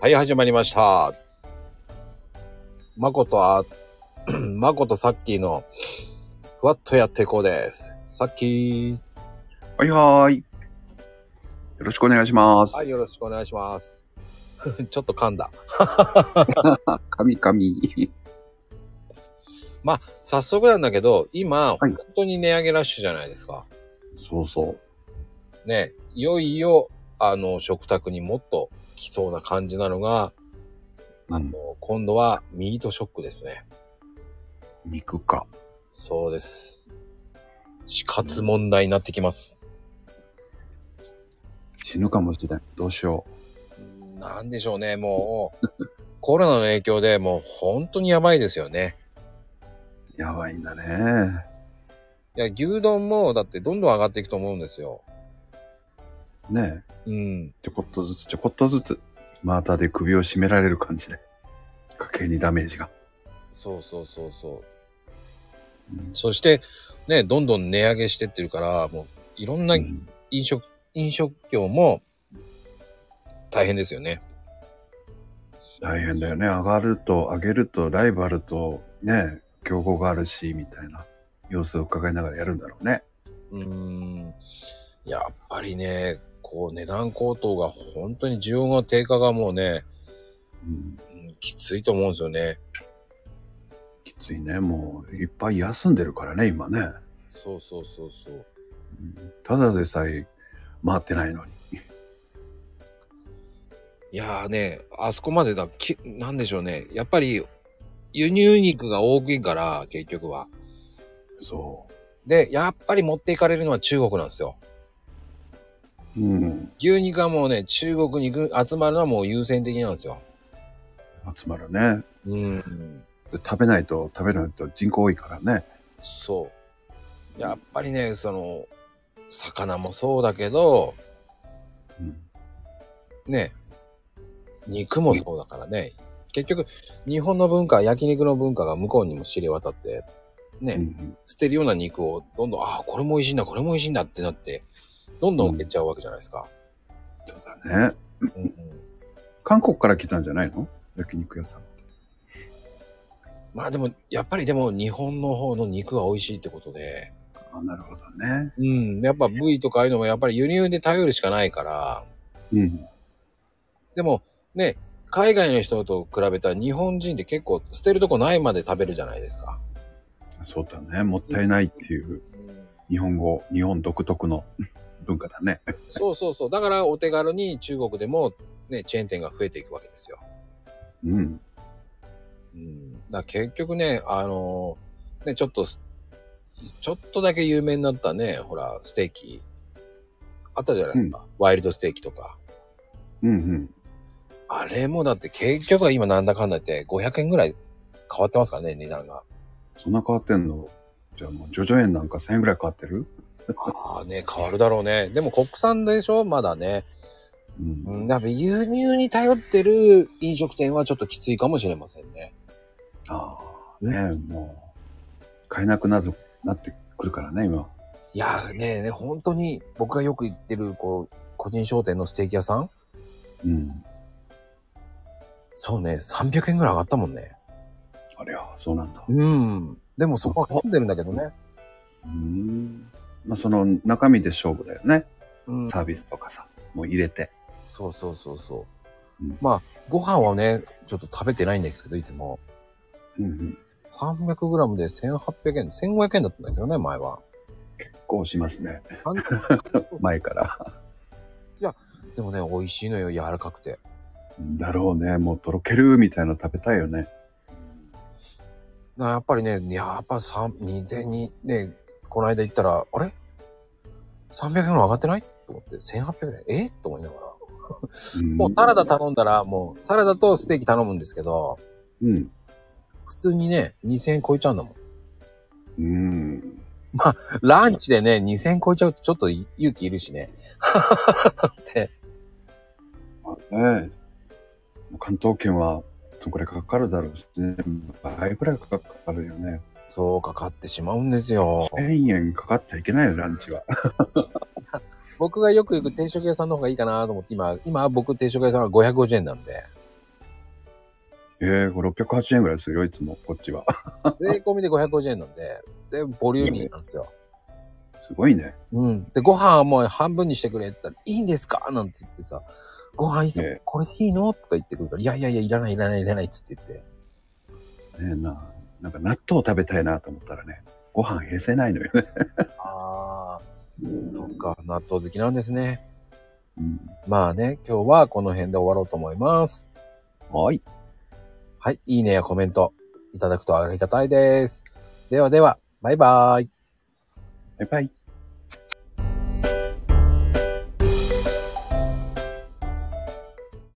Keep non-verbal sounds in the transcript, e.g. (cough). はい、始まりました。まことあ、 (clears throat) まことさっきーの、ふわっとやっていこうです。さっきはいはーい。よろしくお願いしまー。はい、す。よろしくお願いします。 (laughs) ちょっと噛んだ。 (laughs) 神々。まあ、早速なんだけど、今、はい本当に値上げラッシュじゃないですか。そうそう。ね、いよいよ、あの、食卓にもっと来そうな感じなのが、うあん、の、今度はミートショックですね。肉か。そうです。死活問題になってきます。死ぬかもしれん。どうしよなんでしょうね、もう、コロナの影響でもう本当にやばいですよね。う。やばいんだね。いや、牛丼もだってどんどん上がっていくと思うんですよ。ねえ。うん。ちょこっとずつ、ちょこっとずつ。またで首を絞められる感じで。家計にダメージが。そうそうそうそう。うんそして、ね、どんどん値上げしてってるから、もういろんなうん飲食、飲食業も大変ですよね。大変だよね。上がると、上げると、ライバルと、ねえ、競合があるし、みたいな様子を伺いながらやるんだろうね。うーん。やっぱりね、こう値段高騰が本当に需要の低下がもうね、うん、うんきついと思うんですよね。きついね。もう、いっぱい休んでるからね、今ね。そうそうそうそう。うんただでさえ回ってないのに。いやーね、あそこまでだ、きなんでしょうね。やっぱり、輸入肉が大食いから、結局は。そで、やっぱり持っていかれるのは中国なんですよ。う。うん。牛肉はもうね、中国にぐ集まるのはもう優先的なんですよ。集まるね。うん。で食べないと、食べないと人口多いからね。そう。やっぱりね、その、魚もそうだけど、うん。ね、肉もそうだからね。結局、日本の文化、焼肉の文化が向こうにも知れ渡って、ね、うん捨てるような肉をどんどん、ああ、これも美味しいんだ、これも美味しいんだってなって、どんどん受けちゃうわけじゃないですか。そうだね。うんうん韓国から来たんじゃないの焼肉屋さんって。まあでも、やっぱりでも日本の方の肉は美味しいってことで、あ、なるほどね。うん、やっぱ部位とかああいうのもやっぱり輸入で頼るしかないから、うん。でもね、海外の人と比べたら日本人って結構捨てるとこないまで食べるじゃないですか。そうだね。もったいないっていう、日本語、日本独特の文化だね。そうそうそう。だからお手軽に中国でもね、チェーン店が増えていくわけですよ。うん。うんだから結局ね、あのーね、ちょっとす、ちょっとだけ有名になったね、ほら、ステーキ、あったじゃないですか。ワイルドステーキとか。うんうん。あれもだって結局は今なんだかんだ言って500円ぐらい変わってますからね、値段が。そんな変わってんのじゃあもう、ジョジョ園なんか1000円ぐらい変わってるああね、変わるだろうね。でも国産でしょまだね。う。うんん、だから輸入に頼ってる飲食店はちょっときついかもしれませんね。ああ、ねえ、もう、買えなくなる、なってくるからね、今。いやーねね、本当に僕がよく行ってる、こう、個人商店のステーキ屋さんうん。そうね、300円ぐらい上がったもんね。ありゃ、そうなんだ。うん。でもそこは混んでるんだけどね。うーん。まあ、その中身で勝負だよね。うん。サービスとかさ、もう入れて。そうそうそうそう。うんまあ、ご飯はね、ちょっと食べてないんですけど、いつも。うんうん。 300g で1800円、1500円だったんだけどね、前は。こうしますね。あん前から。でもね、美味しいのよ、柔らかくて。だろうね。もうとろけるみたいなの食べたいよね。なやっぱりね、やっぱ3、2で2、ね、この間行ったら、あれ ?300 円も上がってないと思って、1800円、えと思いながら。んもうサラダ。頼んだら、もうサラダとステーキ頼むんですけど、うん。普通にね、2000円超えちゃうんだもん。うん。ランチでね、2000超えちゃうとちょっと勇気いるしね。まあね。もう関東圏は、そんくらいかかるだろうしね。倍くらいかかるよね。そうかかってしまうんですよ。 1000円かかっちゃいけないよ、ランチは。僕がよく行く定食屋さんの方がいいかなと思って、今、今僕定食屋さんが550円なんで。ええこれ608円ぐらいするよ、いつも、こっちは。税込みで550円なんで、で、ボリューミーなんですよ。すごいね。うん。で、ご飯はもう半分にしてくれって言ったら、いいんですかなんて言ってさ、ご飯いつえもこれでいいのとか言ってくるから、いやいやいや、いらないいらないいらないっつって言って。ねえな。なんか納豆食べたいなと思ったらね、ご飯へせないのよね。ああ、そっか、納豆好きなんですね。うん、まあね、今日はこの辺で終わろうと思います。はい。はい、いいねやコメントいただくとありがたいです。ではでは、バイバーイ。バイバイ。